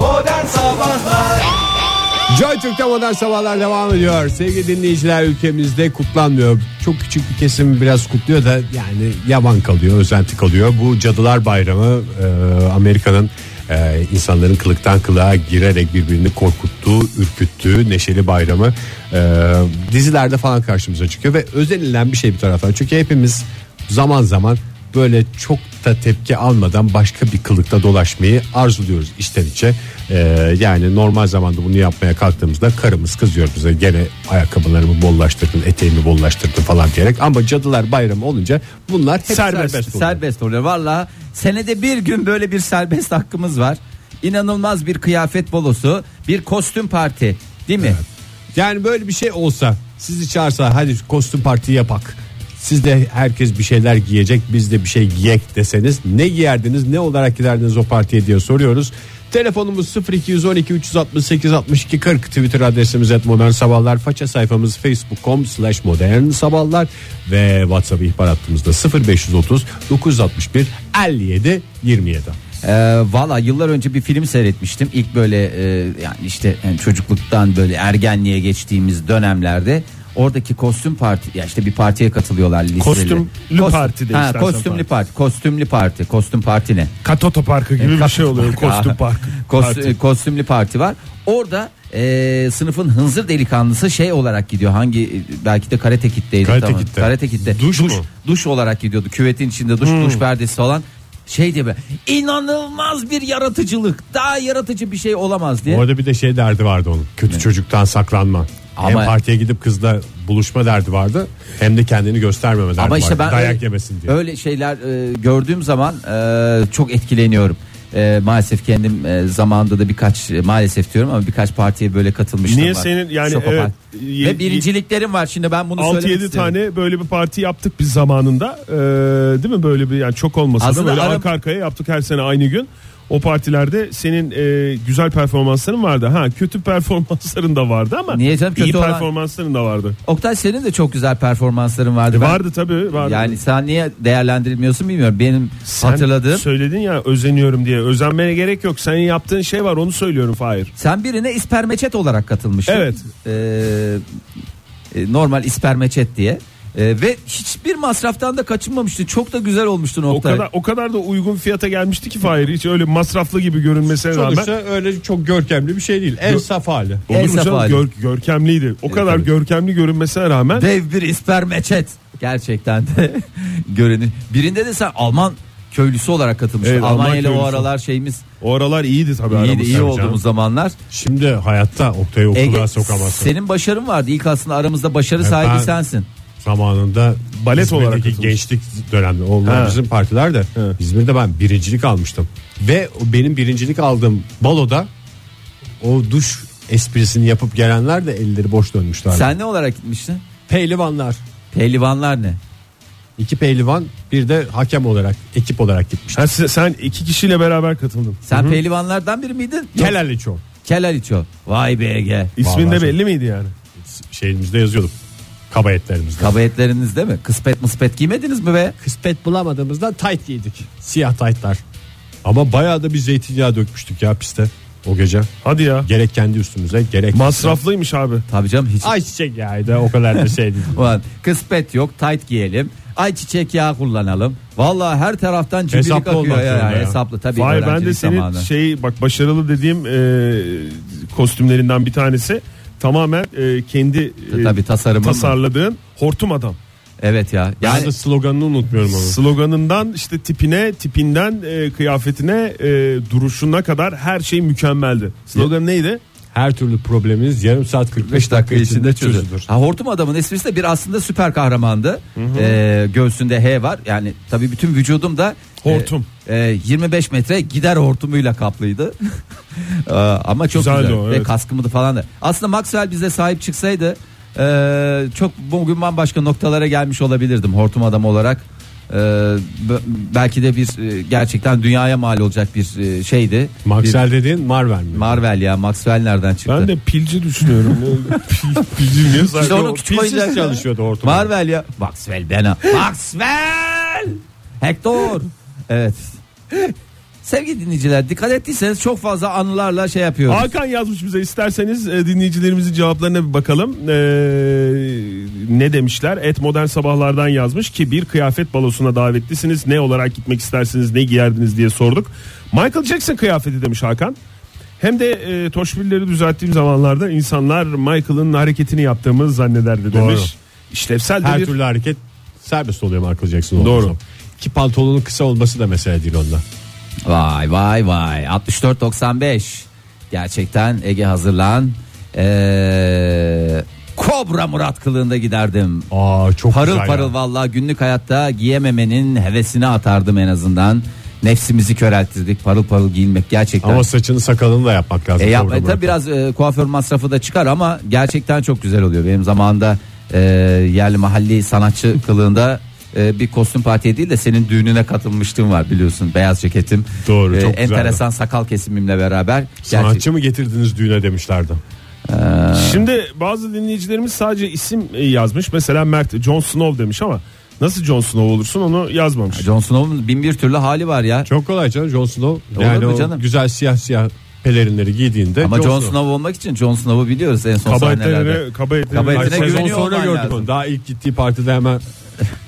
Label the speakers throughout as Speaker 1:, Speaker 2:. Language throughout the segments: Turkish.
Speaker 1: Modern Sabahlar
Speaker 2: Joy Türk'te modern sabahlar devam ediyor. Sevgili dinleyiciler ülkemizde kutlanmıyor. Çok küçük bir kesim biraz kutluyor da yani yaban kalıyor, özenti kalıyor. Bu Cadılar Bayramı e, Amerika'nın e, insanların kılıktan kılığa girerek birbirini korkuttuğu, ürküttüğü neşeli bayramı e, dizilerde falan karşımıza çıkıyor. Ve özenilen bir şey bir taraftan. Çünkü hepimiz zaman zaman böyle çok da tepki almadan başka bir kılıkta dolaşmayı arzuluyoruz içten içe. Ee, yani normal zamanda bunu yapmaya kalktığımızda karımız kızıyor bize gene ayakkabılarımı bollaştırdın eteğimi bollaştırdın falan diyerek ama cadılar bayramı olunca bunlar hep serbest,
Speaker 3: serbest,
Speaker 2: oluyor.
Speaker 3: serbest oluyor. Valla senede bir gün böyle bir serbest hakkımız var. İnanılmaz bir kıyafet bolosu, bir kostüm parti, değil mi?
Speaker 2: Yani böyle bir şey olsa sizi çağırsa hadi kostüm parti yapak. Siz de herkes bir şeyler giyecek biz de bir şey giyek deseniz ne giyerdiniz ne olarak giderdiniz o partiye diye soruyoruz. Telefonumuz 0212 368 62 40 Twitter adresimiz et modern sabahlar faça sayfamız facebook.com slash modern sabahlar ve whatsapp ihbar hattımızda 0530 961 57 27
Speaker 3: Ee, Valla yıllar önce bir film seyretmiştim. İlk böyle e, yani işte yani çocukluktan böyle ergenliğe geçtiğimiz dönemlerde oradaki kostüm parti ya işte bir partiye katılıyorlar liseli.
Speaker 4: Kostümlü parti de
Speaker 3: ha,
Speaker 4: istersen
Speaker 3: kostümlü parti.
Speaker 4: parti.
Speaker 3: kostümlü parti kostüm parti ne?
Speaker 4: Kat otoparkı gibi bir şey oluyor kostüm parkı.
Speaker 3: Kos- e,
Speaker 4: Parti.
Speaker 3: Kostümlü parti var. Orada e, sınıfın hınzır delikanlısı şey olarak gidiyor. Hangi e, belki de karate kitteydi.
Speaker 2: Karate
Speaker 3: tamam.
Speaker 2: Kid'de.
Speaker 3: Karate Kid'de.
Speaker 2: Duş mu?
Speaker 3: Duş olarak gidiyordu. Küvetin içinde duş duş perdesi olan şey diye böyle inanılmaz bir yaratıcılık. Daha yaratıcı bir şey olamaz diye.
Speaker 2: Orada bir de şey derdi vardı onun. Kötü çocuktan saklanma.
Speaker 3: Ama-
Speaker 2: hem partiye gidip kızla buluşma derdi vardı. Hem de kendini göstermeme derdi
Speaker 3: Ama işte
Speaker 2: vardı.
Speaker 3: ben
Speaker 2: Dayak
Speaker 3: öyle,
Speaker 2: yemesin diye.
Speaker 3: öyle şeyler e, gördüğüm zaman e, çok etkileniyorum. E, maalesef kendim e, zamanında da birkaç e, maalesef diyorum ama birkaç partiye böyle katılmıştım.
Speaker 4: Niye senin yani
Speaker 3: Şokopark.
Speaker 4: evet,
Speaker 3: Ve birinciliklerim var şimdi ben bunu söylemek
Speaker 4: 6-7
Speaker 3: istiyorum.
Speaker 4: tane böyle bir parti yaptık biz zamanında. Ee, değil mi böyle bir yani çok olmasa
Speaker 3: Aslında
Speaker 4: da böyle
Speaker 3: ara-
Speaker 4: arka arkaya yaptık her sene aynı gün. O partilerde senin e, güzel performansların vardı. Ha kötü performansların da vardı ama
Speaker 3: Niye canım? Kötü
Speaker 4: iyi
Speaker 3: olan-
Speaker 4: performansların da vardı.
Speaker 3: Oktay senin de çok güzel performansların vardı. Ben-
Speaker 4: Vardı tabii vardı.
Speaker 3: Yani sen niye değerlendirilmiyorsun bilmiyorum. Benim
Speaker 4: Sen
Speaker 3: hatırladığım
Speaker 4: Söyledin ya özeniyorum diye. Özenmene gerek yok. Senin yaptığın şey var onu söylüyorum Fahir.
Speaker 3: sen birine ispermeçet olarak katılmıştın.
Speaker 4: Evet.
Speaker 3: Ee, e, normal ispermeçet diye. Ee, ve hiçbir masraftan da kaçınmamıştı. Çok da güzel olmuştu
Speaker 4: O
Speaker 3: Oktay.
Speaker 4: kadar o kadar da uygun fiyata gelmişti ki Fahir. Hiç öyle masraflı gibi görünmesine rağmen.
Speaker 2: Sonuçta öyle çok görkemli bir şey değil. En saf hali.
Speaker 4: Olur mu
Speaker 3: Esnaf
Speaker 4: canım?
Speaker 3: hali.
Speaker 4: Gör- görkemliydi. O kadar
Speaker 3: tabii.
Speaker 4: görkemli görünmesine rağmen
Speaker 3: Dev bir ispermeçet. Gerçekten de görünür. Birinde de sen Alman köylüsü olarak katılmıştın.
Speaker 4: Evet, Alman
Speaker 3: Almanya ile o
Speaker 4: köylüsü.
Speaker 3: aralar şeyimiz
Speaker 4: o aralar iyiydi tabii.
Speaker 3: iyiydi,
Speaker 4: aramız
Speaker 3: iyi
Speaker 4: tabii
Speaker 3: olduğumuz
Speaker 4: canım.
Speaker 3: zamanlar.
Speaker 2: Şimdi hayatta Oktay'ı okula
Speaker 3: Ege,
Speaker 2: sokamazsın.
Speaker 3: senin başarın vardı. İlk aslında aramızda başarı
Speaker 2: E,
Speaker 3: sahibi
Speaker 2: ben-
Speaker 3: sensin.
Speaker 2: Zamanında
Speaker 4: Balet
Speaker 2: İzmir'deki
Speaker 4: olarak katılmış.
Speaker 2: gençlik dönemde onlar
Speaker 4: Ha.
Speaker 2: bizim partilerde. İzmir'de ben birincilik almıştım. Ve o benim birincilik aldığım baloda o duş esprisini yapıp gelenler de elleri boş dönmüşler.
Speaker 3: Sen ne olarak gitmiştin?
Speaker 2: Pehlivanlar.
Speaker 3: Pehlivanlar ne?
Speaker 2: İki pehlivan bir de hakem olarak ekip olarak gitmişti.
Speaker 4: Ha, siz- sen iki kişiyle beraber katıldın.
Speaker 3: Sen pehlivanlardan biri miydin? Yok,
Speaker 2: Kelal çok.
Speaker 3: Kelaliço. Vay be Ege.
Speaker 4: İsmin
Speaker 2: Vallahi
Speaker 4: de belli miydi yani?
Speaker 2: Şeyimizde yazıyorduk. Kabayetlerimizde.
Speaker 3: Kabahatleriniz değil mi? Kıspet mıspet giymediniz mi be?
Speaker 2: Kıspet bulamadığımızda tayt giydik. Siyah taytlar. Ama bayağı da bir zeytinyağı dökmüştük ya piste o gece.
Speaker 4: Hadi ya.
Speaker 2: Gerek kendi üstümüze gerek...
Speaker 4: Masraflıymış abi.
Speaker 3: Tabii canım hiç.
Speaker 2: Ayçiçek yağı da o kadar da şey değil.
Speaker 3: Ulan kıspet yok tight giyelim. Ay çiçek yağı kullanalım. Vallahi her taraftan cimrilik
Speaker 2: Hesaplı
Speaker 3: akıyor
Speaker 2: olmak
Speaker 3: ya,
Speaker 2: zorunda ya.
Speaker 3: Hesaplı tabii.
Speaker 4: Vay ben de
Speaker 3: öğrencilik
Speaker 4: senin
Speaker 3: zamanı.
Speaker 4: şey bak başarılı dediğim e, kostümlerinden bir tanesi tamamen e, kendi e,
Speaker 3: Tabii tasarımın mı?
Speaker 4: tasarladığın hortum adam.
Speaker 3: Evet ya.
Speaker 2: Yani
Speaker 3: Yani
Speaker 2: de sloganını unutmuyorum onu.
Speaker 4: Sloganından işte tipine, tipinden e, kıyafetine, e, duruşuna kadar her şey mükemmeldi. Slogan neydi?
Speaker 2: Her türlü probleminiz yarım saat 45 dakika içinde çözülür.
Speaker 3: Ha, hortum adamın esprisi de bir aslında süper kahramandı. Ee, göğsünde H var. Yani tabii bütün vücudum da e,
Speaker 4: Hortum.
Speaker 3: e, 25 metre gider hortumuyla kaplıydı. Ee, Ama çok
Speaker 4: Güzeldi
Speaker 3: güzel.
Speaker 4: o,
Speaker 3: Ve
Speaker 4: evet.
Speaker 3: kaskımdı falan da. Aslında Maxwell bize sahip çıksaydı e, çok bugün bambaşka noktalara gelmiş olabilirdim hortum adam olarak. E, b- belki de bir e, gerçekten dünyaya mal olacak bir e, şeydi.
Speaker 2: Maxel dediğin Marvel mi?
Speaker 3: Bir- Marvel ya Maxwell nereden çıktı?
Speaker 4: Ben de pilci düşünüyorum. Pil- Pilci niye
Speaker 3: Biz de
Speaker 4: sadece
Speaker 3: onu
Speaker 4: o-
Speaker 3: küçük
Speaker 2: Pilsiz
Speaker 3: oyuncak-
Speaker 2: çalışıyordu ortamda.
Speaker 3: Marvel ya. Maxwell bena. Maxwell! Hector! Evet. Sevgili dinleyiciler dikkat ettiyseniz çok fazla anılarla şey yapıyoruz.
Speaker 4: Hakan yazmış bize isterseniz e, dinleyicilerimizin cevaplarına bir bakalım. Ee, ne demişler? Et modern sabahlardan yazmış ki bir kıyafet balosuna davetlisiniz. Ne olarak gitmek istersiniz? Ne giyerdiniz diye sorduk. Michael Jackson kıyafeti demiş Hakan. Hem de e, toşbilleri düzelttiğim zamanlarda insanlar Michael'ın hareketini yaptığımı zannederdi demiş.
Speaker 2: Doğru.
Speaker 4: İşlevsel de
Speaker 2: Her
Speaker 4: bir
Speaker 2: türlü hareket serbest oluyor Michael Jackson. olduğu
Speaker 4: Doğru.
Speaker 2: zaman. Ki pantolonun kısa olması da mesele değil onda.
Speaker 3: Vay vay vay 64-95 gerçekten Ege hazırlan. Ee, Kobra Murat kılığında giderdim.
Speaker 2: Aa çok
Speaker 3: Parıl
Speaker 2: güzel
Speaker 3: parıl
Speaker 2: ya.
Speaker 3: vallahi günlük hayatta giyememenin hevesini atardım en azından. Nefsimizi körelttirdik parıl parıl giyinmek gerçekten.
Speaker 2: Ama saçını sakalını da yapmak lazım.
Speaker 3: E yapma,
Speaker 2: Doğru,
Speaker 3: tabii
Speaker 2: Murat.
Speaker 3: biraz e, kuaför masrafı da çıkar ama gerçekten çok güzel oluyor. Benim zamanında e, yerli mahalli sanatçı kılığında e, bir kostüm partiye değil de senin düğününe katılmıştım var biliyorsun. Beyaz ceketim. E,
Speaker 2: Doğru, çok güzeldi.
Speaker 3: Enteresan sakal kesimimle beraber. gerçek-
Speaker 2: Sanatçı mı getirdiniz düğüne demişlerdi. şey.
Speaker 4: Şimdi bazı dinleyicilerimiz sadece isim e, yazmış. Mesela Mert Jon Snow demiş ama nasıl Jon Snow olursun onu yazmamış.
Speaker 3: Jon Snow'un bin bir türlü hali var ya.
Speaker 2: Çok kolay canım Jon Snow.
Speaker 3: Olur
Speaker 2: Yani
Speaker 3: mu
Speaker 2: o
Speaker 3: canım?
Speaker 2: güzel siyah siyah pelerinleri giydiğinde
Speaker 3: Ama Jon Snow.
Speaker 2: Snow.
Speaker 3: olmak için Jon Snow'u biliyoruz en son
Speaker 4: Kaba
Speaker 3: sahnelerde.
Speaker 4: etlerine, kaba etlerine,
Speaker 3: Kaba
Speaker 4: Ay,
Speaker 3: etine
Speaker 4: sezon
Speaker 2: Sezon
Speaker 3: güveniyor
Speaker 2: sonra
Speaker 3: olman
Speaker 2: gördük
Speaker 3: lazım.
Speaker 2: onu. Daha ilk gittiği partide hemen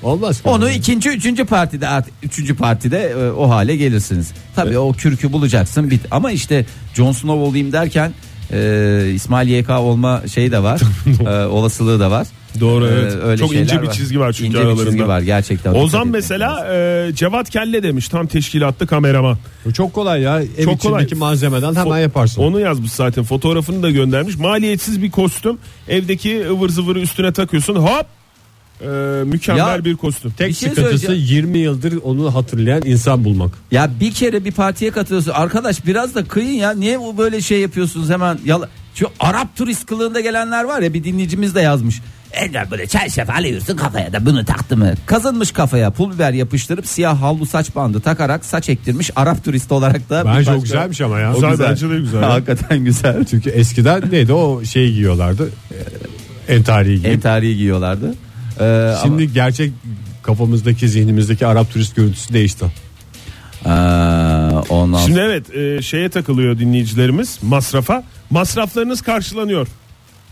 Speaker 2: olmaz. ki.
Speaker 3: Onu ikinci, üçüncü partide, art- üçüncü partide e, o hale gelirsiniz. Tabii o kürkü bulacaksın. Bit. Ama işte Jon Snow olayım derken e, İsmail YK olma şeyi de var, e, olasılığı da var.
Speaker 4: Doğru,
Speaker 3: E,
Speaker 4: evet. Çok
Speaker 3: şeyler
Speaker 4: ince bir çizgi var çünkü
Speaker 3: ince bir çizgi
Speaker 4: aralarında.
Speaker 3: var gerçekten. Dikkat
Speaker 4: Ozan
Speaker 3: etmek
Speaker 4: mesela
Speaker 3: lazım.
Speaker 4: e, Cevat Kelle demiş tam teşkilatlı kameraman.
Speaker 2: Bu Çok kolay ya. Ev
Speaker 4: Çok
Speaker 2: çok
Speaker 4: kolay.
Speaker 2: içindeki malzemeden hemen
Speaker 4: Fo-
Speaker 2: yaparsın.
Speaker 4: Onu yazmış zaten fotoğrafını da göndermiş. Maliyetsiz bir kostüm evdeki ıvır zıvırı üstüne takıyorsun hop e, mükemmel
Speaker 3: Ya-
Speaker 4: bir kostüm.
Speaker 2: Tek
Speaker 3: Bir şey
Speaker 2: sıkıntısı
Speaker 3: söyleyeceğim.
Speaker 2: 20 yıldır onu hatırlayan insan bulmak.
Speaker 3: Ya bir kere bir partiye katılıyorsun. Arkadaş biraz da kıyın ya. Niye bu böyle şey yapıyorsunuz hemen? Yala... Şu Arap turist kılığında gelenler var ya bir dinleyicimiz de yazmış. Ender böyle çarşaf alıyorsun kafaya da bunu taktı mı? Kazınmış kafaya pul biber yapıştırıp siyah havlu saç bandı takarak saç ektirmiş Arap turist olarak da. bir
Speaker 2: Bence o
Speaker 3: başka-
Speaker 2: güzelmiş ama ya.
Speaker 4: O güzel, bence de güzel. ya.
Speaker 3: Hakikaten güzel.
Speaker 2: Çünkü eskiden neydi o şeyi giyiyorlardı. e, Entariyi giyip.
Speaker 3: En tarihi giyiyorlardı. Ee,
Speaker 2: Şimdi gerçek kafamızdaki zihnimizdeki Arap turist görüntüsü değişti.
Speaker 3: ama, Ee, ondan
Speaker 4: Şimdi evet e, şeye takılıyor dinleyicilerimiz masrafa. Masraflarınız karşılanıyor.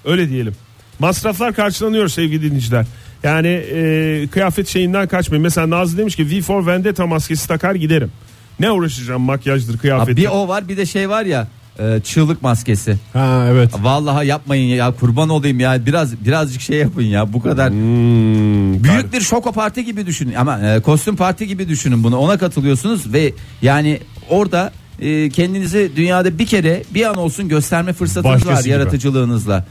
Speaker 4: Öyle diyelim. Masraflar karşılanıyor sevgili dinleyiciler. Yani e, kıyafet şeyinden kaçmayın. Mesela Nazlı demiş ki V4 Vendetta maskesi takar giderim. Ne uğraşacağım makyajdır
Speaker 3: Ha,
Speaker 4: kıyafet.
Speaker 3: bir o var bir de şey var ya e, çığlık maskesi.
Speaker 2: Ha evet.
Speaker 3: Vallahi yapmayın ya kurban olayım ya biraz birazcık şey yapın ya bu kadar
Speaker 2: Hmm,
Speaker 4: Hmm,
Speaker 3: büyük bir şoko parti gibi düşünün ama e, kostüm parti gibi düşünün bunu ona katılıyorsunuz ve yani orada e, kendinizi dünyada bir kere bir an olsun gösterme fırsatınız
Speaker 2: Başkası
Speaker 3: var
Speaker 2: gibi.
Speaker 3: yaratıcılığınızla.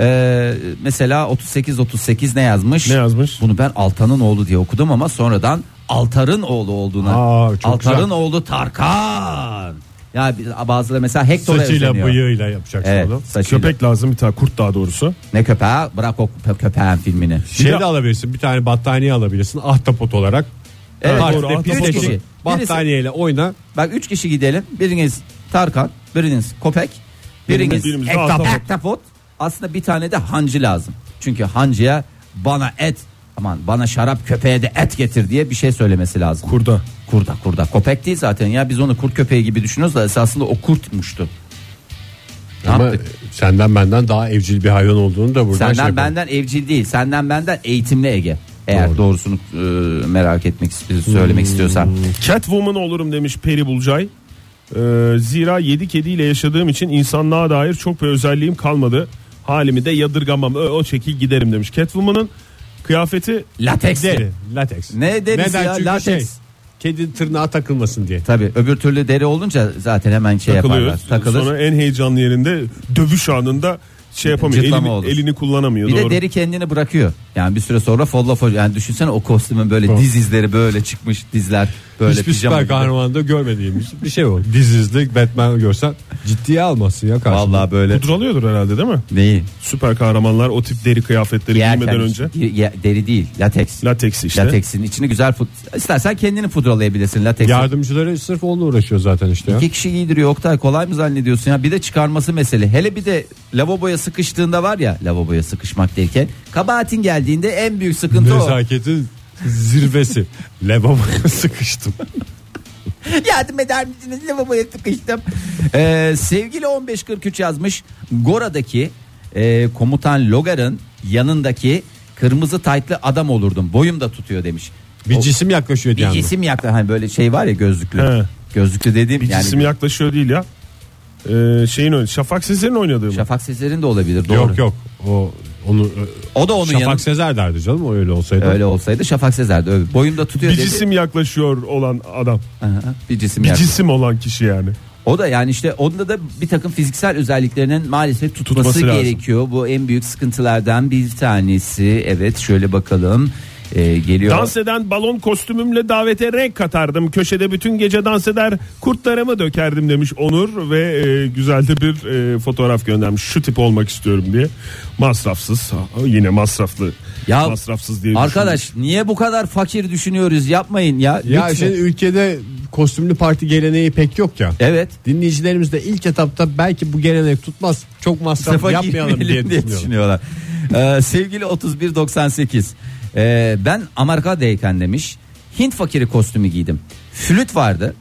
Speaker 3: E, mesela 38 38 ne yazmış?
Speaker 4: Ne yazmış?
Speaker 3: Bunu ben Altan'ın oğlu diye okudum ama sonradan Altar'ın oğlu olduğuna.
Speaker 2: Aa, çok
Speaker 3: Altar'ın
Speaker 2: güzel.
Speaker 3: oğlu Tarkan. Ya bir- bazıları mesela Hector'a
Speaker 2: Saçıyla
Speaker 3: özeniyor.
Speaker 2: bıyığıyla yapacaksın
Speaker 3: Evet,
Speaker 2: onu.
Speaker 3: saçıyla.
Speaker 4: Köpek lazım bir tane kurt daha doğrusu.
Speaker 3: Ne köpeği? Bırak o köpe- köpeğin filmini.
Speaker 2: Şey
Speaker 4: Bir de-
Speaker 2: de alabilirsin. Bir tane battaniye alabilirsin. Ahtapot olarak.
Speaker 3: Evet,
Speaker 2: Partide
Speaker 4: doğru, ahtapot
Speaker 2: pisleşin.
Speaker 3: olarak.
Speaker 2: Battaniyeyle oyna.
Speaker 3: Bak üç kişi gidelim. Biriniz Tarkan, biriniz Köpek, biriniz
Speaker 4: birimiz de
Speaker 3: Ektap-
Speaker 4: ahtapot.
Speaker 3: Ektapot. Aslında bir tane de hancı lazım. Çünkü hancıya bana et aman bana şarap köpeğe de et getir diye bir şey söylemesi lazım.
Speaker 4: Kurda.
Speaker 3: Kurda kurda. Köpek değil zaten ya biz onu kurt köpeği gibi düşünüyoruz da esasında o kurtmuştu. Ne
Speaker 2: Ama
Speaker 3: yaptık?
Speaker 2: senden benden daha evcil bir hayvan olduğunu da buradan
Speaker 3: Senden
Speaker 2: şey yapalım.
Speaker 3: benden evcil değil. Senden benden eğitimli Ege. Eğer
Speaker 2: Doğru. Hmm.
Speaker 3: doğrusunu e, merak etmek söylemek istiyorsan.
Speaker 4: Catwoman olurum demiş Peri Bulcay. Ee, zira yedi kediyle yaşadığım için insanlığa dair çok bir özelliğim kalmadı. Halimi de yadırgamam. Ö- O şekil giderim demiş. Catwoman'ın kıyafeti
Speaker 3: Lateks.
Speaker 2: Deri, lateks.
Speaker 3: Ne derisi ya, lateks.
Speaker 2: şey, kedinin tırnağa takılmasın diye.
Speaker 3: Tabii öbür türlü deri olunca zaten hemen şey
Speaker 4: takılıyor.
Speaker 3: yaparlar. Takılır.
Speaker 4: Sonra en heyecanlı yerinde dövüş anında şey yapamıyor.
Speaker 3: Cırtlama
Speaker 4: Elini,
Speaker 3: olur.
Speaker 4: elini kullanamıyor.
Speaker 3: bir de
Speaker 4: doğru.
Speaker 3: deri kendini bırakıyor. Yani bir süre sonra folla folla yani düşünsene o kostümün böyle diz izleri böyle çıkmış dizler böyle
Speaker 2: Hiçbir
Speaker 3: pijama
Speaker 2: süper
Speaker 3: gibi.
Speaker 2: kahramanda görmediğimiz bir şey o. Dizizlik Batman görsen ciddiye almasın ya karşında.
Speaker 3: Vallahi böyle
Speaker 4: Pudralıyordur herhalde değil mi?
Speaker 3: neyi?
Speaker 4: Süper kahramanlar o tip deri kıyafetleri giymeden
Speaker 3: Giyerken-
Speaker 4: önce.
Speaker 3: gi- gi- deri değil, lateks.
Speaker 4: Lateks işte.
Speaker 3: Lateksin içini güzel fut- istersen kendini pudralayabilirsin lateksin.
Speaker 2: Yardımcıları sırf onunla uğraşıyor zaten işte ya.
Speaker 3: İki kişi giydiriyor Oktay kolay mı zannediyorsun ya bir de çıkarması mesele hele bir de lavaboya sıkıştığında var ya lavaboya sıkışmak derken kabahatin geldiğinde en büyük sıkıntı o.
Speaker 2: Nezaketin zirvesi. Lavaboya sıkıştım.
Speaker 3: Yardım eder misiniz? Lavaboya sıkıştım. Ee, sevgili 1543 yazmış. Gora'daki e, komutan Logar'ın yanındaki kırmızı taytlı adam olurdum. Boyum da tutuyor demiş.
Speaker 2: Bir
Speaker 3: O-
Speaker 2: cisim yaklaşıyor
Speaker 3: bir
Speaker 2: yani.
Speaker 3: cisim yakla hani böyle şey var ya gözlüklü.
Speaker 4: He.
Speaker 3: Gözlüklü dediğim
Speaker 4: Bir
Speaker 3: yani
Speaker 4: cisim yaklaşıyor değil ya. Ee, şeyin oynadığı. Şafak Sezer'in oynadığı mı?
Speaker 3: Şafak Sezer'in de olabilir doğru.
Speaker 2: Yok yok. O onu e,
Speaker 3: O da onun
Speaker 2: Şafak
Speaker 3: yanı-
Speaker 2: Sezer derdi canım o öyle olsaydı.
Speaker 3: Öyle olsaydı Şafak Sezer'de öyle. Boyum da tutuyor
Speaker 4: Bir
Speaker 3: dedi.
Speaker 4: cisim yaklaşıyor olan adam.
Speaker 3: Aha, bir cisim
Speaker 4: Bir
Speaker 3: yakla.
Speaker 4: cisim olan kişi yani.
Speaker 3: O da yani işte onda da bir takım fiziksel özelliklerinin maalesef tutması,
Speaker 4: Tutması lazım.
Speaker 3: gerekiyor. Bu en büyük sıkıntılardan bir tanesi. Evet şöyle bakalım. Ee, geliyor.
Speaker 4: Dans eden balon kostümümle davete renk katardım. Köşede bütün gece dans eder kurtlarımı dökerdim demiş Onur ve e, güzel de bir e, fotoğraf göndermiş. Şu tip olmak istiyorum diye. Masrafsız ha, yine masraflı.
Speaker 3: Ya
Speaker 4: masrafsız diye
Speaker 3: Arkadaş niye bu kadar fakir düşünüyoruz? Yapmayın ya.
Speaker 2: Ya şey,
Speaker 3: Lütfen. E,
Speaker 2: şimdi ülkede kostümlü parti geleneği pek yok ya.
Speaker 3: Evet.
Speaker 2: Dinleyicilerimiz de ilk etapta belki bu gelenek tutmaz. Çok masraf
Speaker 3: Safa
Speaker 2: yapmayalım diye
Speaker 3: giymeyelim
Speaker 2: düşünüyorum.
Speaker 3: düşünüyorlar. Ee, sevgili 3198. ee, ben Amerika'dayken demiş. Hint fakiri kostümü giydim. Flüt vardı.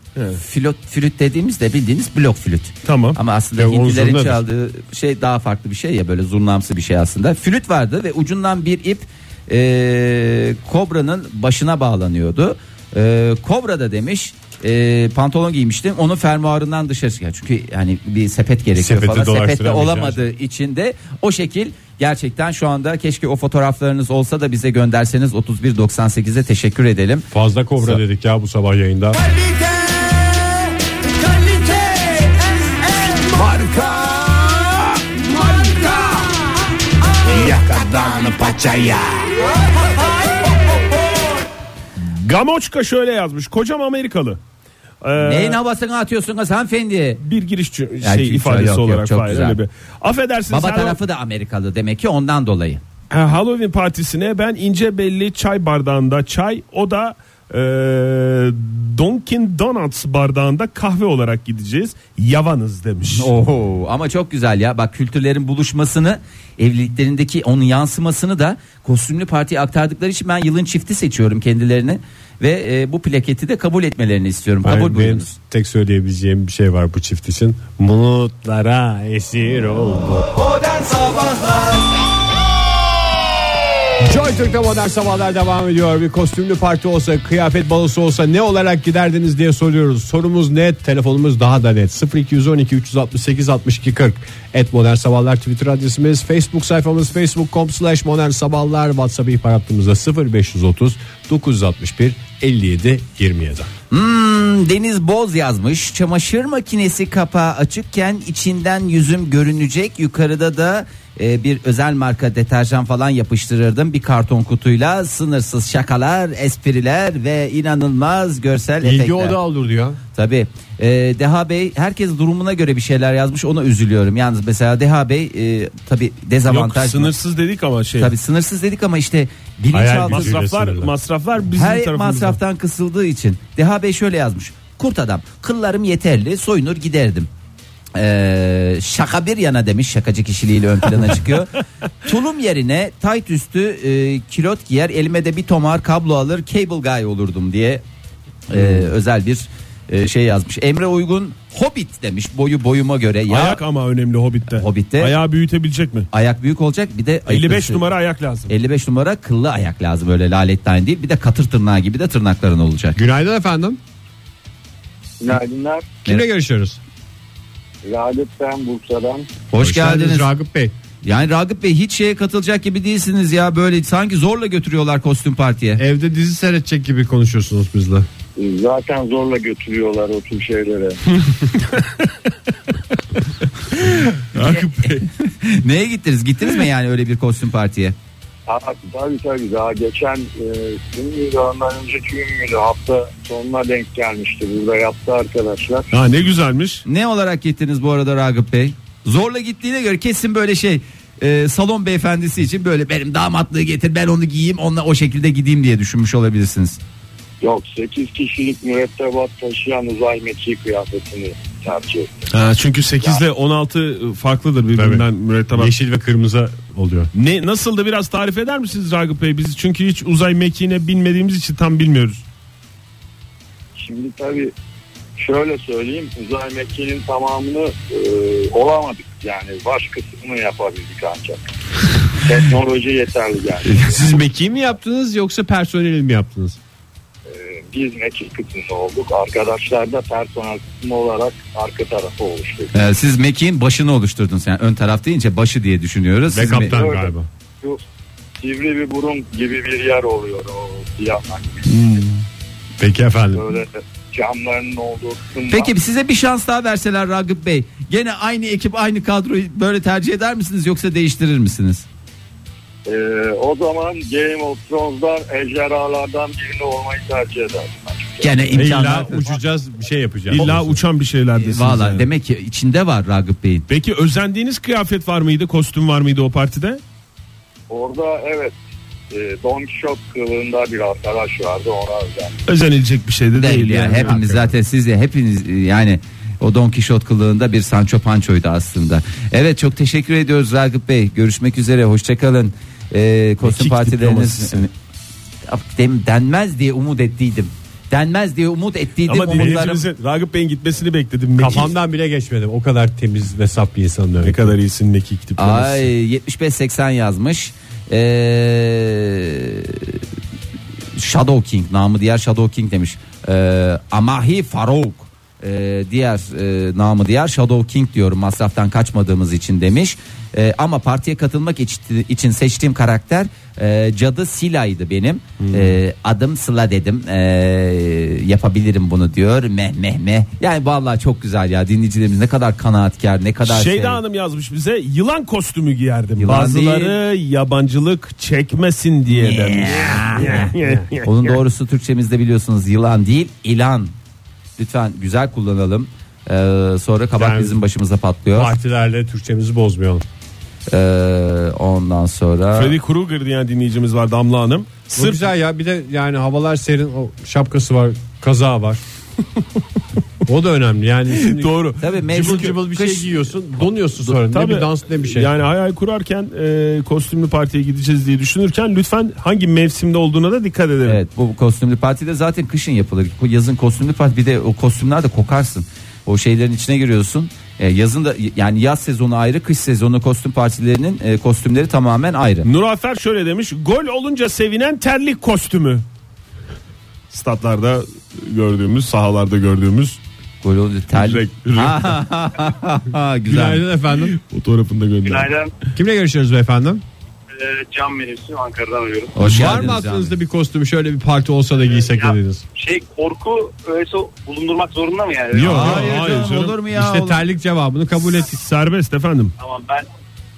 Speaker 3: Flüt, flüt dediğimiz de bildiğiniz blok flüt.
Speaker 4: Tamam.
Speaker 3: Ama aslında
Speaker 2: Ya, o
Speaker 3: Hintlilerin
Speaker 2: zurnadır.
Speaker 3: çaldığı şey daha farklı bir şey ya böyle zurnamsı bir şey aslında. Flüt vardı ve ucundan bir ip ee, kobranın başına bağlanıyordu. Ee, kobra da demiş ee, pantolon giymiştim. Onun fermuarından dışarı çıkıyor. Çünkü hani bir sepet gerekiyor
Speaker 2: Sepeti
Speaker 3: falan. Sepette
Speaker 2: dolaştıramayacağım.
Speaker 3: olamadı içinde o şekil gerçekten şu anda keşke o fotoğraflarınız olsa da bize gönderseniz 3198'e teşekkür edelim.
Speaker 2: Fazla kobra
Speaker 3: Sa-
Speaker 2: dedik ya bu sabah yayında.
Speaker 4: Gamoçka şöyle yazmış. Kocam Amerikalı. Ee,
Speaker 3: Neyin havasını atıyorsunuz hanımefendi?
Speaker 4: bir giriş çö- şey
Speaker 3: Erkek
Speaker 4: ifadesi
Speaker 3: yok, yok,
Speaker 4: olarak
Speaker 3: çok
Speaker 4: Fahir,
Speaker 3: güzel.
Speaker 4: öyle bir. Affedersiniz.
Speaker 3: Baba
Speaker 4: Halloween-
Speaker 3: tarafı da Amerikalı demek ki ondan dolayı.
Speaker 4: Ha, Halloween partisine ben ince belli çay bardağında çay o da e, Dunkin Donuts bardağında kahve olarak gideceğiz. Yavanız demiş.
Speaker 3: Oho ama çok güzel ya. Bak kültürlerin buluşmasını, evliliklerindeki onun yansımasını da kostümlü partiye aktardıkları için ben yılın çifti seçiyorum kendilerini ve e, bu plaketi de kabul etmelerini istiyorum.
Speaker 2: Yani
Speaker 3: Kabul
Speaker 2: benim
Speaker 3: buyurunuz.
Speaker 2: tek söyleyebileceğim bir şey var bu çift için. Mutlara esir oldu. Joy Türk'te modern sabahlar devam ediyor. Bir kostümlü parti olsa, kıyafet balosu olsa ne olarak giderdiniz diye soruyoruz. Sorumuz net, telefonumuz daha da net. 0212 368 62 40. Et modern sabahlar Twitter adresimiz. Facebook sayfamız facebook.com slash modern sabahlar. WhatsApp ihbar hattımızda 0530 961 57 27.
Speaker 3: Hmm, Deniz Boz yazmış. Çamaşır makinesi kapağı açıkken içinden yüzüm görünecek. Yukarıda da e, bir özel marka deterjan falan yapıştırırdım. Bir karton kutuyla sınırsız şakalar, espriler ve inanılmaz görsel
Speaker 2: İlgi
Speaker 3: efektler.
Speaker 2: o da olurdu ya.
Speaker 3: Tabii. E, Deha Bey herkes durumuna göre bir şeyler yazmış. Ona üzülüyorum. Yalnız mesela Deha Bey e, tabii
Speaker 4: Yok
Speaker 3: dezavantaj.
Speaker 4: sınırsız dedik ama şey.
Speaker 3: Tabii sınırsız dedik ama işte
Speaker 2: Hayal
Speaker 3: bilinçaltı
Speaker 2: gücü.
Speaker 4: Masraflar
Speaker 2: Sınırlı.
Speaker 4: masraflar bizim
Speaker 3: her
Speaker 4: tarafımızda.
Speaker 3: masraftan kısıldığı için. Deha Bey şöyle yazmış. Kurt adam kıllarım yeterli soyunur giderdim. Ee, şaka bir yana demiş şakacı kişiliğiyle ön plana çıkıyor. Tulum yerine tayt üstü e, kilot giyer elime de bir tomar kablo alır cable guy olurdum diye e,
Speaker 4: Hmm.
Speaker 3: özel bir e, şey yazmış. Emre Uygun Hobbit demiş boyu boyuma göre. Ya,
Speaker 4: Ayak ama önemli Hobbit'te.
Speaker 3: Hobbit'te.
Speaker 4: Ayağı büyütebilecek mi?
Speaker 3: ayak büyük olacak bir şey. de
Speaker 4: 55
Speaker 3: ayaklısı-
Speaker 4: numara ayak lazım.
Speaker 3: 55 numara kıllı ayak lazım öyle lalet tane değil bir de katır tırnağı gibi de tırnakların olacak.
Speaker 2: Günaydın efendim.
Speaker 1: Günaydınlar.
Speaker 2: Kimle
Speaker 3: Merhaba.
Speaker 2: görüşüyoruz?
Speaker 1: Ragıp ben Bursa'dan.
Speaker 3: Hoş, geldiniz.
Speaker 2: Ragıp Bey.
Speaker 3: Yani Ragıp Bey hiç şeye katılacak gibi değilsiniz ya böyle sanki zorla götürüyorlar kostüm partiye.
Speaker 2: Evde dizi seyredecek gibi konuşuyorsunuz bizle.
Speaker 1: Ee, Zaten zorla götürüyorlar o tür şeylere.
Speaker 3: Neye gittiniz? Gittiniz mi yani öyle bir kostüm partiye?
Speaker 1: Aa, tabii tabii daha geçen e, gün müydü ondan önceki gün müydü hafta sonuna denk gelmişti. Burada yaptı arkadaşlar.
Speaker 3: E-
Speaker 4: Ha ne güzelmiş.
Speaker 3: Ne olarak gittiniz bu arada Ragıp Bey? Zorla gittiğine göre kesin böyle şey e, salon beyefendisi için böyle benim damatlığı getir ben onu giyeyim onunla o şekilde gideyim diye düşünmüş olabilirsiniz.
Speaker 1: Yok 8 kişilik mürettebat taşıyan uzay mekiği kıyafetini tercih etti.
Speaker 4: Ha, çünkü 8 ile 16 e, farklıdır birbirinden mürettebat.
Speaker 2: Yeşil ve kırmızı oluyor.
Speaker 4: Ne nasıl da biraz tarif eder misiniz Ragıp Bey? Biz çünkü hiç uzay mekiğine binmediğimiz için tam bilmiyoruz.
Speaker 1: Şimdi tabii şöyle söyleyeyim uzay mekiğinin tamamını e, olamadık. Yani baş kısmını yapabildik ancak. Teknoloji yeterli yani.
Speaker 2: Siz mekiği mi yaptınız yoksa personeli mi yaptınız?
Speaker 1: E, Biz mekik kısmında olduk. Arkadaşlar da personel kısmı olarak arka tarafı oluştu.
Speaker 3: Ee, siz Meki'nin başını oluşturdunuz. Yani ön taraf deyince başı diye düşünüyoruz.
Speaker 2: Ve
Speaker 3: Siz
Speaker 2: kaptan
Speaker 1: Öyle.
Speaker 2: galiba.
Speaker 1: Şu sivri bir burun gibi bir yer oluyor o siyah nakli.
Speaker 2: Peki efendim.
Speaker 1: Böyle camların olduğu kısım var.
Speaker 3: Peki size bir şans daha verseler Ragıp Bey. Gene aynı ekip aynı kadroyu böyle tercih eder misiniz yoksa değiştirir misiniz?
Speaker 1: Ee, o zaman Game of Thrones'dan ejderhalardan birini olmayı tercih ederdim. açıkçası.
Speaker 3: Gene
Speaker 2: İlla
Speaker 3: imkanlar.
Speaker 2: uçacağız bir şey yapacağız.
Speaker 4: İlla
Speaker 2: Olsun.
Speaker 4: uçan bir şeylerdesiniz.
Speaker 3: Valla
Speaker 4: yani.
Speaker 3: demek ki içinde var Ragıp Bey'in.
Speaker 4: Peki özendiğiniz kıyafet var mıydı? Kostüm var mıydı o partide?
Speaker 1: Orada evet e, Don Quixote kılığında bir arkadaş vardı ona özel.
Speaker 4: Özenilecek bir şey de değil,
Speaker 3: Değil ya
Speaker 4: yani.
Speaker 3: hepimiz zaten siz de hepiniz e, yani o Don Kişot kılığında bir Sancho Pancho'ydu aslında. Evet çok teşekkür ediyoruz Ragıp Bey. Görüşmek üzere hoşçakalın. Ee, kostüm
Speaker 4: Mekik
Speaker 3: partileriniz
Speaker 4: diplomasisi.
Speaker 3: Dem- denmez diye umut ettiydim. Denmez diye umut ettiydim.
Speaker 4: Ama
Speaker 3: Umutlarım
Speaker 4: dinleyicimizin Ragıp Bey'in gitmesini bekledim. Mekik.
Speaker 2: Kafamdan bile geçmedim. O kadar temiz ve saf bir insanım
Speaker 4: Ne
Speaker 2: demek.
Speaker 4: kadar iyisin mekik diploması.
Speaker 3: Ay 75-80 yazmış. Ee, Shadow King namı diğer Shadow King demiş. Ee, Amahi Farouk ee, diğer e, namı diğer Shadow King diyorum masraftan kaçmadığımız için demiş. Ee, ama partiye katılmak içti- için seçtiğim karakter e, cadı Sila'ydı benim.
Speaker 4: Hmm.
Speaker 3: Ee, adım Sıla dedim. Ee, yapabilirim bunu diyor. Meh meh meh. Yani vallahi çok güzel ya dinleyicilerimiz ne kadar kanaatkar ne kadar
Speaker 4: Şeyda
Speaker 3: şey-
Speaker 4: Hanım yazmış bize yılan kostümü giyerdim.
Speaker 3: Yılan
Speaker 4: Bazıları yabancılık çekmesin diye demiş.
Speaker 3: Onun doğrusu Türkçemizde biliyorsunuz yılan değil ilan. Lütfen güzel kullanalım. Ee, sonra kabak
Speaker 2: Yani-
Speaker 3: bizim başımıza patlıyor.
Speaker 2: Partilerle Türkçemizi bozmayalım.
Speaker 3: Ee, ondan sonra
Speaker 4: Freddy Krueger diyen dinleyicimiz var Damla Hanım.
Speaker 2: Bu
Speaker 4: Sırf
Speaker 2: güzel ya bir de yani havalar serin o şapkası var kaza var. o da önemli yani. Şimdi
Speaker 4: doğru.
Speaker 3: tabii mevsim
Speaker 2: Cıbıl cıbıl bir
Speaker 3: kış-
Speaker 2: şey giyiyorsun donuyorsun sonra
Speaker 4: Tabii,
Speaker 2: şey. ne bir dans ne bir şey.
Speaker 4: Yani hayal kurarken e, kostümlü partiye gideceğiz diye düşünürken lütfen hangi mevsimde olduğuna da dikkat edelim.
Speaker 3: Evet bu kostümlü partide zaten kışın yapılır. Bu yazın kostümlü parti bir de o kostümler de kokarsın. O şeylerin içine giriyorsun. Ee, yazın da yani yaz sezonu ayrı, kış sezonu kostüm partilerinin e, kostümleri tamamen ayrı.
Speaker 4: Nurafer şöyle demiş. Gol olunca sevinen terlik kostümü. Statlarda gördüğümüz, sahalarda gördüğümüz
Speaker 3: Gol oldu tel.
Speaker 4: renk- renk
Speaker 3: güzel.
Speaker 2: Günaydın efendim.
Speaker 4: fotoğrafını da göndermiş.
Speaker 1: Günaydın.
Speaker 2: Kimle görüşüyoruz beyefendim?
Speaker 1: E, cam menüsü Ankara'dan arıyorum.
Speaker 3: Hoş
Speaker 2: Var
Speaker 3: geldiniz
Speaker 2: mı
Speaker 3: canım.
Speaker 2: aklınızda bir kostüm şöyle bir parti olsa da giysek
Speaker 1: Ya,
Speaker 2: dediniz?
Speaker 1: Şey korku öyleyse bulundurmak zorunda mı yani?
Speaker 4: Yok.
Speaker 3: Hayır,
Speaker 4: Hayır
Speaker 3: canım,
Speaker 4: canım.
Speaker 3: olur mu ya?
Speaker 2: İşte
Speaker 3: Olur.
Speaker 2: terlik cevabını kabul ettik.
Speaker 4: Serbest efendim.
Speaker 1: Tamam ben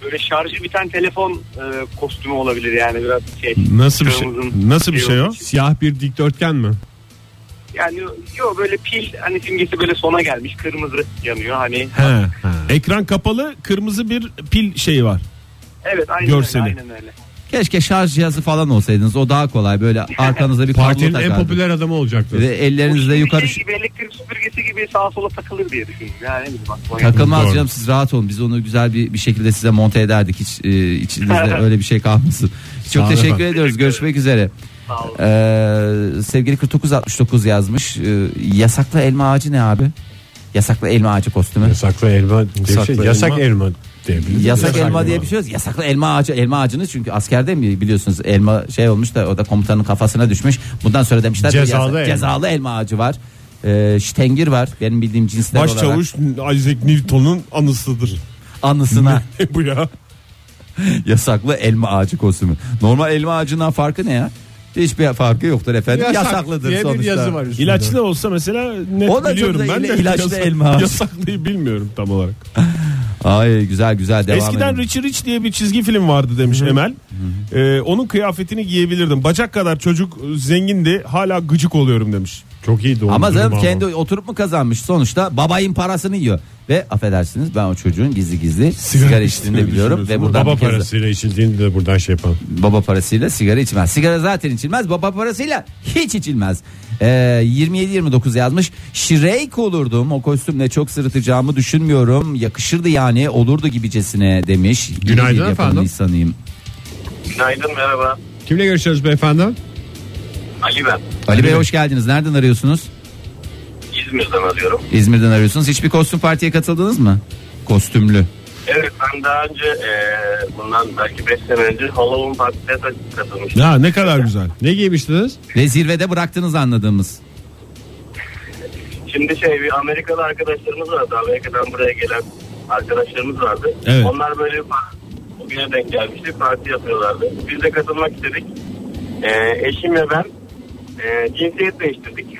Speaker 1: böyle şarjı biten telefon e, kostümü olabilir yani biraz şey.
Speaker 4: Nasıl bir şey?
Speaker 1: Kırmızı-
Speaker 4: Nasıl bir şey o?
Speaker 2: Siyah bir dikdörtgen mi?
Speaker 1: Yani yok böyle pil hani simgesi böyle sona gelmiş kırmızı yanıyor hani.
Speaker 4: He. Ekran kapalı, kırmızı bir pil şeyi var.
Speaker 1: Evet aynen
Speaker 4: Görseli.
Speaker 1: öyle aynen öyle.
Speaker 3: Keşke şarj cihazı falan olsaydınız. O daha kolay. Böyle arkanıza bir kablo
Speaker 2: Partinin en
Speaker 3: takardınız.
Speaker 2: popüler adamı olacaktı.
Speaker 3: Ve ellerinizle
Speaker 1: Şey
Speaker 3: yukarı
Speaker 1: gibi elektrik süpürgesi gibi sağa sola takılır diye düşündüm. Yani ne bileyim aklıma geldi.
Speaker 3: takılmaz
Speaker 4: Doğru.
Speaker 3: canım siz rahat olun. Biz onu güzel bir, bir şekilde size monte ederdik. Hiç e, içinizde öyle bir şey kalmasın.
Speaker 2: Sağ olun
Speaker 3: Çok teşekkür
Speaker 2: efendim.
Speaker 3: ediyoruz. Görüşmek üzere.
Speaker 1: Sağ olun.
Speaker 3: Ee, sevgili 4969 yazmış. Ee, yasaklı elma ağacı ne abi? Yasaklı elma ağacı kostümü.
Speaker 2: Yasaklı elma diye bir şey.
Speaker 4: Yasaklı
Speaker 2: Yasak
Speaker 4: elma.
Speaker 2: elma diyebiliriz.
Speaker 3: Yasak elma diye bir şey yok. Yasaklı elma ağacı elma ağacını çünkü askerde mi biliyorsunuz elma şey olmuş da o da komutanın kafasına düşmüş. Bundan sonra demişler ki
Speaker 2: Cezalı
Speaker 3: yasa-
Speaker 2: elma.
Speaker 3: cezalı elma ağacı var. Ee, ştengir var benim bildiğim cinsler olarak.
Speaker 4: Başçavuş Isaac Newton'un anısıdır.
Speaker 3: Anısına
Speaker 4: Bu ya.
Speaker 3: yasaklı elma ağacı kostümü. Normal elma ağacından farkı ne ya? Hiçbir farkı yoktur efendim. Yasaklıdır
Speaker 2: diye
Speaker 3: sonuçta.
Speaker 2: bir yazı var üstünde.
Speaker 4: İlaçlı olsa mesela net
Speaker 3: O da çok
Speaker 4: biliyorum
Speaker 3: da
Speaker 4: ben de.
Speaker 3: ila- ilaçlı
Speaker 4: Yasak-
Speaker 3: elma.
Speaker 4: Yasaklıyı bilmiyorum tam olarak.
Speaker 3: Ay güzel güzel devam
Speaker 4: Eskiden
Speaker 3: edelim.
Speaker 4: Richie Rich diye bir çizgi film vardı demiş Emel. Ee, onun kıyafetini giyebilirdim. Bacak kadar çocuk e, zengindi. Hala gıcık oluyorum demiş.
Speaker 2: Çok iyi doğum
Speaker 3: Ama
Speaker 2: günü
Speaker 3: canım
Speaker 2: ama.
Speaker 3: kendi oturup mu kazanmış sonuçta babayın parasını yiyor. Ve affedersiniz ben o çocuğun gizli gizli sigara, içtiğini de
Speaker 4: içtiğini
Speaker 3: biliyorum. Ve
Speaker 4: düşünüyorsun.
Speaker 3: buradan
Speaker 2: Baba
Speaker 3: bir kez de-
Speaker 2: parasıyla içildiğini de buradan şey yapalım.
Speaker 3: baba parasıyla sigara içmez. Sigara zaten içilmez. Baba parasıyla hiç içilmez. Ee, 27-29 yazmış. Şireyk olurdum. O kostümle çok sırıtacağımı düşünmüyorum. Yakışırdı yani. Olurdu gibicesine demiş. İyi
Speaker 2: Günaydın
Speaker 3: bir yapımın
Speaker 2: efendim.
Speaker 3: insanıyım.
Speaker 1: Günaydın merhaba.
Speaker 2: Kimle görüşüyoruz beyefendi?
Speaker 1: Ali ben.
Speaker 3: Ali Bey hoş geldiniz. Nereden arıyorsunuz?
Speaker 1: İzmir'den arıyorum.
Speaker 3: İzmir'den arıyorsunuz. Hiçbir kostüm partiye katıldınız mı? Kostümlü.
Speaker 1: Evet ben daha önce e, bundan belki 5 sene önce Halloween Parti'de de katılmıştım.
Speaker 4: Ya ne kadar güzel.
Speaker 2: Ne giymiştiniz?
Speaker 3: Ve zirvede bıraktınız anladığımız.
Speaker 1: Şimdi şey bir Amerikalı arkadaşlarımız vardı. Amerika'dan buraya gelen arkadaşlarımız vardı.
Speaker 4: Evet.
Speaker 1: Onlar böyle bir- bugüne denk gelmişti. Parti yapıyorlardı. Biz de katılmak istedik. E, eşim ve ben e, cinsiyet değiştirdik.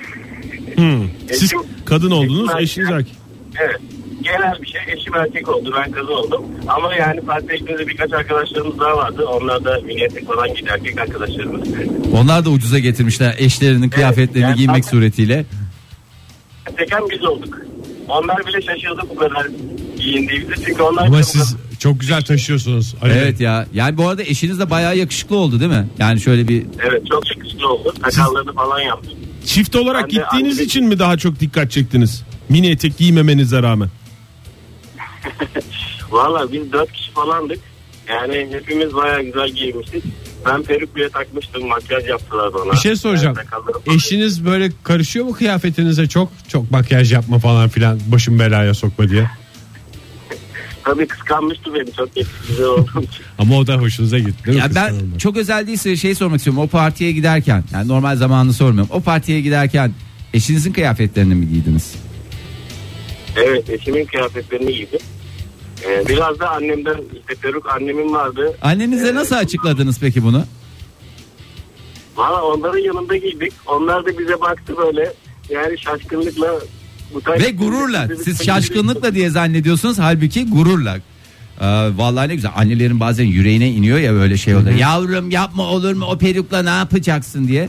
Speaker 4: Hmm. Siz kadın oldunuz, eşiniz erkek.
Speaker 1: Evet. Genel bir şey. Eşim erkek oldu. Ben kız oldum. Ama yani parti ekibinde birkaç arkadaşlarımız daha vardı. Onlar da mini etek falan giydi. Erkek arkadaşlarımız.
Speaker 3: Onlar da ucuza getirmişler eşlerinin kıyafetlerini
Speaker 1: yani
Speaker 3: giymek
Speaker 1: zaten-
Speaker 3: suretiyle.
Speaker 1: Teken biz olduk. Onlar bile şaşırdı bu kadar giyindiğimizde. Çünkü onlar
Speaker 2: Ama
Speaker 1: da bu
Speaker 2: siz çok güzel taşıyorsunuz. Ali Bey.
Speaker 3: Evet ya. Yani bu arada eşiniz de bayağı yakışıklı oldu değil mi? Yani şöyle bir
Speaker 1: kadar- evet çok yakışıklı oldu. Sakallarını falan yaptı.
Speaker 4: Çift olarak
Speaker 1: Ben de
Speaker 4: gittiğiniz
Speaker 1: anne-
Speaker 4: için mi daha çok dikkat çektiniz? Mini etek giymemenize rağmen.
Speaker 1: Valla biz dört kişi falandık. Yani hepimiz bayağı güzel giyinmiştik. Ben peruk bile takmıştım. Makyaj yaptılar bana.
Speaker 2: Bir şey soracağım.
Speaker 1: Yani sakalları falan.
Speaker 2: Eşiniz böyle karışıyor mu kıyafetinize çok? Çok makyaj yapma falan filan başım belaya sokma diye.
Speaker 1: Tabii kıskanmıştı beni. Çok güzel oldum.
Speaker 2: Ama o da hoşunuza gitti değil mi?
Speaker 3: Ya ben
Speaker 2: Kıskanılmak.
Speaker 3: çok özel değilse şey sormak istiyorum. O partiye giderken yani normal zamanını sormuyorum. O partiye giderken eşinizin kıyafetlerini mi giydiniz?
Speaker 1: evet eşimin kıyafetlerini giydim. Ee, biraz da annemden işte peruk annemin vardı.
Speaker 3: Annenize nasıl açıkladınız peki bunu?
Speaker 1: Valla onların yanında giydik. Onlar da bize baktı böyle. Yani şaşkınlıkla utanç-
Speaker 3: Ve gururla.
Speaker 1: Bizi-
Speaker 3: Siz şaşkınlıkla diye zannediyorsunuz halbuki gururla. Ee, vallahi ne güzel. Annelerin bazen yüreğine iniyor ya böyle şey oluyor. Yavrum yapma olur mu o perukla ne yapacaksın diye.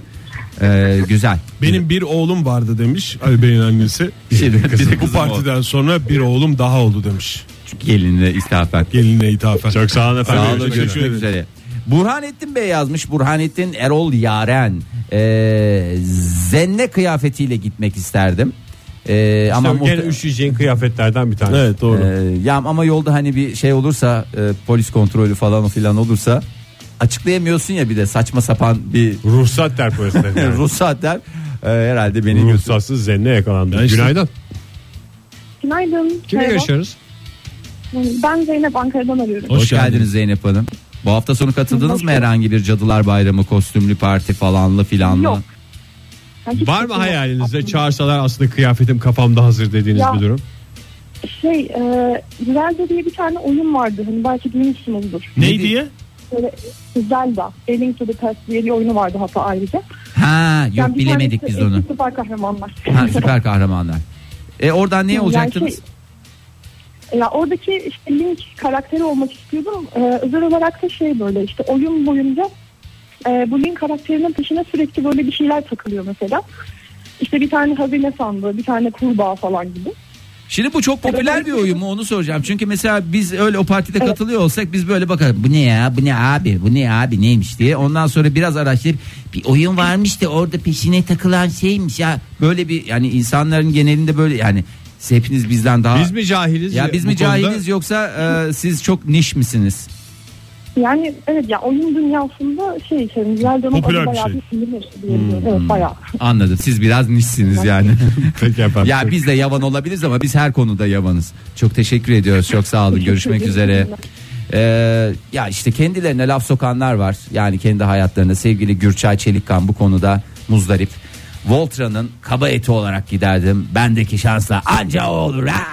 Speaker 3: Ee, güzel.
Speaker 4: Benim bir oğlum vardı demiş Ali Bey'in annesi.
Speaker 3: Şimdi bir de kızım
Speaker 4: Bu partiden sonra bir oğlum daha oldu demiş.
Speaker 3: Çünkü gelinle istafen.
Speaker 4: Gelinle ithafen. Çok sağ olun
Speaker 3: Sağ olun görüşmek üzere. Burhanettin Bey yazmış. Burhanettin Erol Yaren. Ee, zenne kıyafetiyle gitmek isterdim. Ee, ama
Speaker 2: Ama gene
Speaker 3: muhte-
Speaker 2: üşüyeceğin kıyafetlerden bir tanesi.
Speaker 4: Evet doğru.
Speaker 3: Ee, ya ama yolda hani bir şey olursa e, polis kontrolü falan filan olursa açıklayamıyorsun ya bir de saçma sapan bir
Speaker 2: Ruhsat der polisler. Yani.
Speaker 3: ruhsat der. Ee, herhalde beni götür-
Speaker 2: Ruhsatsız zenne yakalandı.
Speaker 4: işte-
Speaker 2: Günaydın.
Speaker 5: Günaydın.
Speaker 2: Kimle
Speaker 5: Merhaba.
Speaker 2: görüşüyoruz?
Speaker 5: Ben Zeynep Ankara'dan arıyorum.
Speaker 3: Hoş,
Speaker 4: Hoş
Speaker 3: geldiniz.
Speaker 4: geldiniz.
Speaker 3: Zeynep Hanım. Bu hafta sonu katıldınız
Speaker 5: Hoş
Speaker 3: mı herhangi bir Cadılar Bayramı kostümlü parti falanlı filanlı?
Speaker 5: Yok. Yani hiç
Speaker 2: Var mı
Speaker 5: fikrim yok.
Speaker 2: hayalinizde çağırsalar aslında kıyafetim kafamda hazır dediğiniz
Speaker 5: Ya.
Speaker 2: bir durum?
Speaker 5: Şey, e, Güzelce diye bir tane oyun vardı. Hani belki duymuşsunuzdur.
Speaker 4: Ne diye?
Speaker 5: Böyle e, Zelda, Alien to the Past diye bir oyunu vardı hatta ayrıca.
Speaker 3: Ha yok
Speaker 5: Yani bir
Speaker 3: bilemedik
Speaker 5: tanesi
Speaker 3: biz onu.
Speaker 5: eski Süper kahramanlar.
Speaker 3: Ha, süper kahramanlar. E oradan ne
Speaker 5: Yani
Speaker 3: olacaktınız?
Speaker 5: şey- Ya oradaki işte Link karakteri olmak istiyordum. Ee, özel olarak da şey böyle işte oyun boyunca e, bu Link karakterinin peşine sürekli böyle bir şeyler takılıyor mesela. İşte bir tane hazine sandığı, bir tane kurbağa falan gibi.
Speaker 3: Şimdi bu çok popüler
Speaker 5: Evet.
Speaker 3: bir oyun mu onu soracağım. Çünkü mesela biz öyle o partide
Speaker 5: Evet.
Speaker 3: katılıyor olsak biz böyle bakarız. Bu ne ya bu ne abi bu ne abi neymiş diye. Ondan sonra biraz araştırıp bir oyun varmış da orada peşine takılan şeymiş ya. Böyle bir yani insanların genelinde böyle yani siz hepiniz bizden daha.
Speaker 2: Biz mi cahiliz?
Speaker 3: ya biz
Speaker 2: bu
Speaker 3: mi cahiliz
Speaker 2: konuda?
Speaker 3: yoksa e, siz çok niş misiniz?
Speaker 5: Yani evet ya oyun dünyasında şey işte Zelda'nın
Speaker 4: Popüler bir
Speaker 5: adı bayağı
Speaker 4: şey. Hmm.
Speaker 5: bir bilinir diyebiliyorum. Evet bayağı.
Speaker 3: Anladım siz biraz nişsiniz yani.
Speaker 2: Peki efendim.
Speaker 3: ya biz de yavan olabiliriz ama biz her konuda yavanız. Çok teşekkür ediyoruz. Çok sağ olun. Görüşmek üzere. Ee, ya işte kendilerine laf sokanlar var. Yani kendi hayatlarında sevgili Gürçay Çelikkan bu konuda muzdarip. Voltra'nın kaba eti olarak giderdim. Bendeki şansla anca o olur. Ha!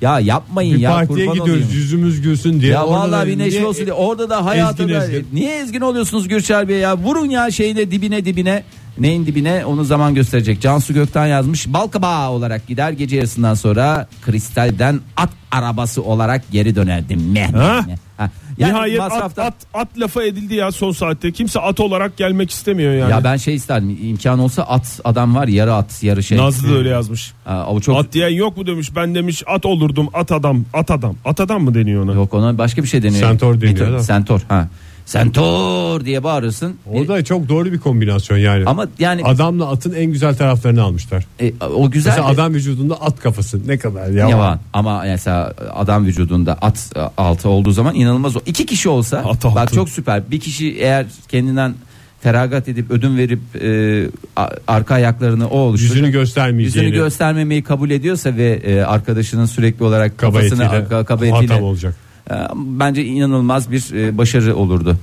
Speaker 3: Ya yapmayın
Speaker 2: bir
Speaker 3: ya.
Speaker 2: partiye
Speaker 3: kurban
Speaker 2: gidiyoruz
Speaker 3: olayım.
Speaker 2: yüzümüz gülsün diye.
Speaker 3: Ya
Speaker 2: Orada da
Speaker 3: vallahi bir neşe
Speaker 2: niye-
Speaker 3: olsun diye. Orada da hayata
Speaker 2: Ezgin,
Speaker 3: da-
Speaker 2: ezgin.
Speaker 3: niye ezgin oluyorsunuz Gürçel Bey ya? Vurun ya şeyle dibine dibine. Neyin dibine onu zaman gösterecek. Cansu Gökten yazmış. Balkabağı olarak gider gece yarısından sonra kristalden at arabası olarak geri dönerdim. Meh, meh,
Speaker 4: Ha?
Speaker 3: meh. Ha. Yani
Speaker 4: Nihayet at,
Speaker 3: masraftan-
Speaker 4: at, at lafa edildi ya son saatte. Kimse at olarak gelmek istemiyor yani.
Speaker 3: Ya ben şey isterdim imkan olsa at adam var yarı at yarı şey.
Speaker 4: Nazlı da öyle yazmış.
Speaker 3: Ha, o çok
Speaker 4: At diyen yok mu demiş. Ben demiş at olurdum at adam at adam. At adam mı deniyor ona?
Speaker 3: yok ona başka bir şey deniyor.
Speaker 2: Sentor
Speaker 3: Bir
Speaker 2: deniyor
Speaker 3: tür-
Speaker 2: da.
Speaker 3: Sentor ha. Sentor diye bağırırsın.
Speaker 2: O da çok doğru bir kombinasyon yani.
Speaker 3: Ama yani
Speaker 2: Adamla atın en güzel taraflarını almışlar.
Speaker 3: e, o güzel.
Speaker 2: Mesela
Speaker 3: de-
Speaker 2: adam vücudunda at kafası ne kadar yavan.
Speaker 3: Yavan ama mesela adam vücudunda at e, altı olduğu zaman inanılmaz o. İki kişi olsa
Speaker 4: At altı.
Speaker 3: bak çok süper. Bir kişi eğer kendinden feragat edip ödün verip e, a- arka ayaklarını o oluşturuyor.
Speaker 2: Yüzünü
Speaker 3: Yüzünü
Speaker 2: göstermeyeceğini.
Speaker 3: göstermemeyi kabul ediyorsa ve e, arkadaşının sürekli olarak
Speaker 2: kaba
Speaker 3: kafasını
Speaker 2: etiyle
Speaker 3: arka kaba
Speaker 2: muhatap
Speaker 3: etiyle
Speaker 2: olacak.
Speaker 3: e, bence inanılmaz bir e, başarı olurdu.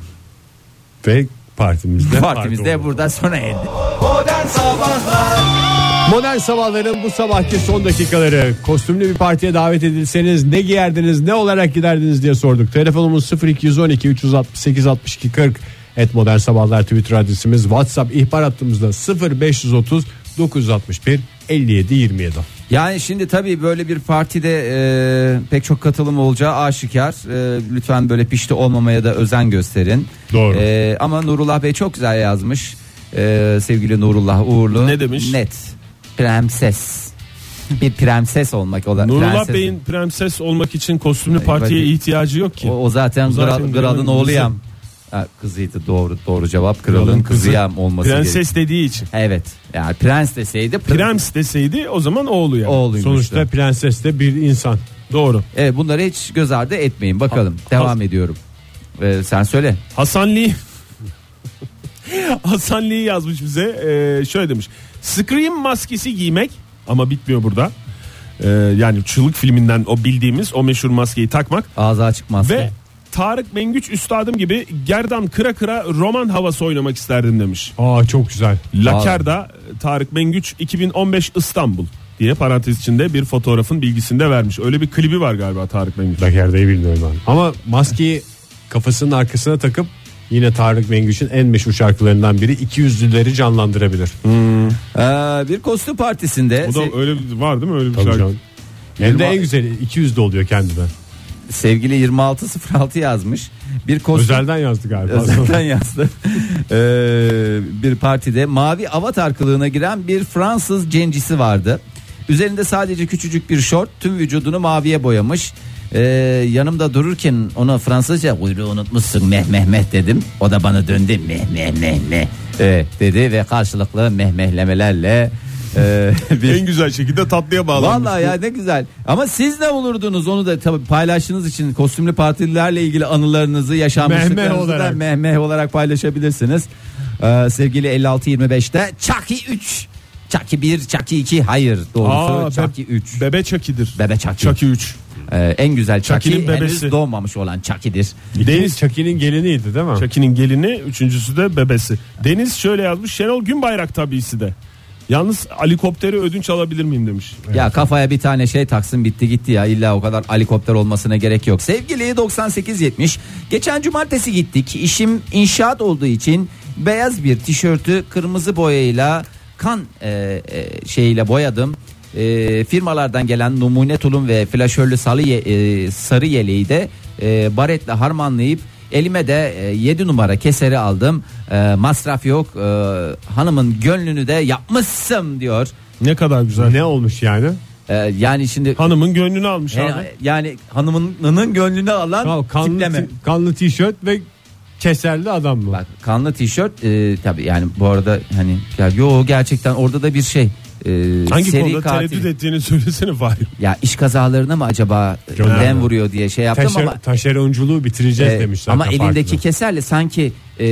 Speaker 2: Ve partimizde
Speaker 3: Partimizde
Speaker 2: burada.
Speaker 3: burada sona erdi.
Speaker 2: Modern sabahların bu sabahki son dakikaları kostümlü bir partiye davet edilseniz ne giyerdiniz ne olarak giderdiniz diye sorduk. Telefonumuz 0212 368 62 40 et modern sabahlar Twitter adresimiz WhatsApp ihbar hattımızda 0530 961 57 27.
Speaker 3: Yani şimdi tabii böyle bir partide e, pek çok katılım olacağı aşikar. E, lütfen böyle pişti olmamaya da özen gösterin.
Speaker 2: Doğru.
Speaker 3: E, ama Nurullah Bey çok güzel yazmış. E, sevgili Nurullah Uğurlu.
Speaker 4: Ne demiş?
Speaker 3: Net. Prenses. Bir prenses olmak. olan.
Speaker 4: Nurullah
Speaker 3: prenses-
Speaker 4: Bey'in prenses olmak için kostümlü partiye
Speaker 3: bakayım.
Speaker 4: ihtiyacı yok ki.
Speaker 3: O, o zaten,
Speaker 4: zaten
Speaker 3: kral-
Speaker 4: kralın
Speaker 3: kralın
Speaker 4: kızı.
Speaker 3: oğluyam. Ha, kızıydı doğru doğru cevap. Kralın,
Speaker 4: Kralın kızı.
Speaker 3: kızıyam olması gerekiyor.
Speaker 4: Prenses dediği için.
Speaker 3: Evet. Yani prens deseydi pr-
Speaker 4: Prens deseydi o zaman oğlu yani.
Speaker 3: oğluymuş.
Speaker 2: Sonuçta prenses de bir insan.
Speaker 4: Doğru.
Speaker 3: Evet bunları hiç göz ardı etmeyin. Bakalım devam ediyorum. Ee, sen söyle.
Speaker 4: Hasan Lee Hasan Lee yazmış bize Ee, şöyle demiş Scream maskesi giymek ama bitmiyor burada Ee, yani çığlık filminden o bildiğimiz o meşhur maskeyi takmak
Speaker 3: Ağza açık maske.
Speaker 4: ve Tarık Mengüç üstadım gibi gerdan kıra kıra roman havası oynamak isterdim demiş.
Speaker 2: Aa çok güzel.
Speaker 4: Lakerda Tarık Mengüç 2015 İstanbul diye parantez içinde bir fotoğrafın bilgisinde vermiş. Öyle bir klibi var galiba Tarık Mengüç.
Speaker 2: Lakerdeyi bilmiyorum ben. Ama maskeyi kafasının arkasına takıp yine Tarık Mengüç'ün en meşhur şarkılarından biri 200'lüleri canlandırabilir.
Speaker 3: Ee, bir kostüm partisinde
Speaker 4: O da
Speaker 3: se-
Speaker 4: öyle bir- var değil mi öyle bir
Speaker 2: Tabii
Speaker 4: şarkı?
Speaker 2: canım. Hem de
Speaker 3: Yirmi-
Speaker 2: en güzeli 200 de oluyor kendine.
Speaker 3: sevgili 2606 yazmış. Bir kostüm
Speaker 2: Özelden yazdı galiba.
Speaker 3: Özelden yazdı. Ee, bir partide mavi avatar kılığına giren bir Fransız cencisi vardı. Üzerinde sadece küçücük bir şort tüm vücudunu maviye boyamış. Ee, yanımda dururken ona Fransızca kuyruğu unutmuşsun meh meh meh dedim. O da bana döndü meh meh meh meh ee, dedi ve karşılıklı meh mehlemelerle ee, bir
Speaker 4: En güzel şekilde tatlıya bağlanmış.
Speaker 3: Vallahi ya ne güzel. Ama siz ne olurdunuz onu da tabii paylaştığınız için kostümlü partilerle ilgili anılarınızı, yaşanmışlıklarınızı
Speaker 2: Mehmeh
Speaker 3: da
Speaker 2: olarak.
Speaker 3: mehmeh olarak paylaşabilirsiniz. Ee, sevgili 5625'te Çaki 3, Çaki 1, Çaki 2 hayır doğrusu
Speaker 4: Aa,
Speaker 3: Çaki 3.
Speaker 4: Bebe Çaki'dir.
Speaker 3: Bebe Çaki.
Speaker 4: Çaki 3.
Speaker 3: Ee, en güzel Çaki
Speaker 4: Chucky'nin
Speaker 3: henüz
Speaker 4: bebesi.
Speaker 3: doğmamış olan Çaki'dir.
Speaker 2: Deniz Çaki'nin geliniydi değil mi?
Speaker 4: Çaki'nin gelini, üçüncüsü de bebesi. Deniz şöyle yazmış. Şenol Günbayrak tabisi de. Yalnız helikopteri ödünç alabilir miyim demiş.
Speaker 3: Ya kafaya bir tane şey taksın bitti gitti ya illa o kadar helikopter olmasına gerek yok. Sevgili 9870 geçen cumartesi gittik işim inşaat olduğu için beyaz bir tişörtü kırmızı boyayla kan e, e, şeyiyle boyadım. E, firmalardan gelen numune tulum ve flaşörlü sarı, ye- e, sarı yeleği de e, baretle harmanlayıp elime de 7 numara keseri aldım. E, masraf yok E, hanımın gönlünü de yapmışsın diyor.
Speaker 4: Ne kadar güzel.
Speaker 2: Ne olmuş yani?
Speaker 3: E, yani şimdi
Speaker 4: Hanımın gönlünü almış
Speaker 3: yani,
Speaker 4: abi.
Speaker 3: yani hanımının gönlünü alan
Speaker 2: Tamam, kanlı,
Speaker 3: tipleme.
Speaker 2: ti- kanlı tişört ve keserli adam mı?
Speaker 3: Bak kanlı tişört e, tabii yani bu arada hani ya, yo gerçekten orada da bir şey e,
Speaker 4: Hangi
Speaker 3: seri
Speaker 4: konuda
Speaker 3: katil.
Speaker 4: tereddüt ettiğini söylesene Fahir.
Speaker 3: Ya iş kazalarına mı acaba
Speaker 2: Gönderme.
Speaker 3: den vuruyor diye şey yaptım
Speaker 2: Taşer,
Speaker 3: ama
Speaker 2: taşeronculuğu bitireceğiz
Speaker 3: e,
Speaker 2: demişler.
Speaker 3: ama
Speaker 2: kafa
Speaker 3: elindeki
Speaker 2: arkada.
Speaker 3: keserle sanki e,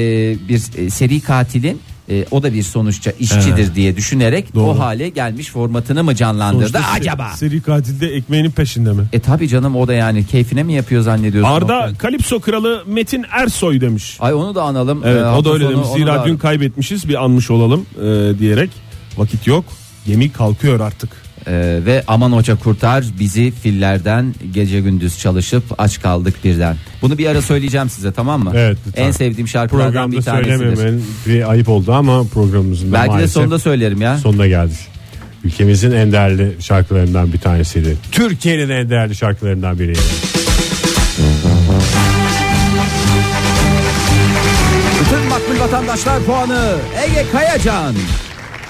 Speaker 3: bir e, seri katilin e, o da bir sonuçta işçidir diye düşünerek
Speaker 4: Doğru.
Speaker 3: o hale gelmiş formatını mı canlandırdı
Speaker 4: Sonuçta se-
Speaker 3: acaba?
Speaker 4: Seri katilde ekmeğinin peşinde mi?
Speaker 3: E tabi canım o da yani keyfine mi yapıyor zannediyorsun?
Speaker 4: Arda
Speaker 3: Oktay?
Speaker 4: Kalipso kralı Metin Ersoy demiş.
Speaker 3: Ay onu da analım.
Speaker 4: Evet
Speaker 3: E,
Speaker 4: o
Speaker 3: hafta
Speaker 4: da öyle
Speaker 3: sonu
Speaker 4: demiş.
Speaker 3: onu
Speaker 4: Zira
Speaker 3: da-
Speaker 4: dün kaybetmişiz bir anmış olalım e, diyerek. Vakit yok. Gemi kalkıyor artık.
Speaker 3: Ee, ve aman hoca kurtar bizi fillerden gece gündüz çalışıp aç kaldık birden. Bunu bir ara söyleyeceğim size tamam mı?
Speaker 2: Evet, lütfen.
Speaker 3: En sevdiğim şarkılardan
Speaker 2: Programda
Speaker 3: bir tanesidir.
Speaker 2: söylememen bir ayıp oldu ama programımızın da
Speaker 3: Belki de
Speaker 2: maalesef
Speaker 3: sonunda söylerim ya.
Speaker 2: sonuna geldik. Ülkemizin en değerli şarkılarından bir tanesiydi. Türkiye'nin en değerli şarkılarından biriydi.
Speaker 3: Bütün makbul vatandaşlar puanı Ege Kayacan.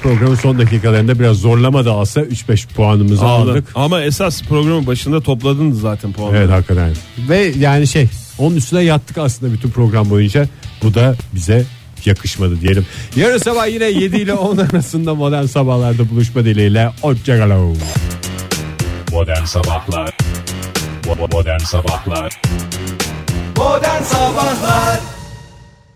Speaker 2: Programın son dakikalarında biraz zorlama da alsa 3-5 puanımızı aldık.
Speaker 4: Ama esas programın başında topladın zaten puanları.
Speaker 2: Evet hakikaten. Ve yani şey onun üstüne yattık aslında bütün program boyunca. Bu da bize yakışmadı diyelim. Yarın sabah yine 7 ile 10 arasında modern sabahlarda buluşma dileğiyle. Hoşçakalın.
Speaker 6: Modern Sabahlar Bo- bo- Modern Sabahlar
Speaker 7: Modern Sabahlar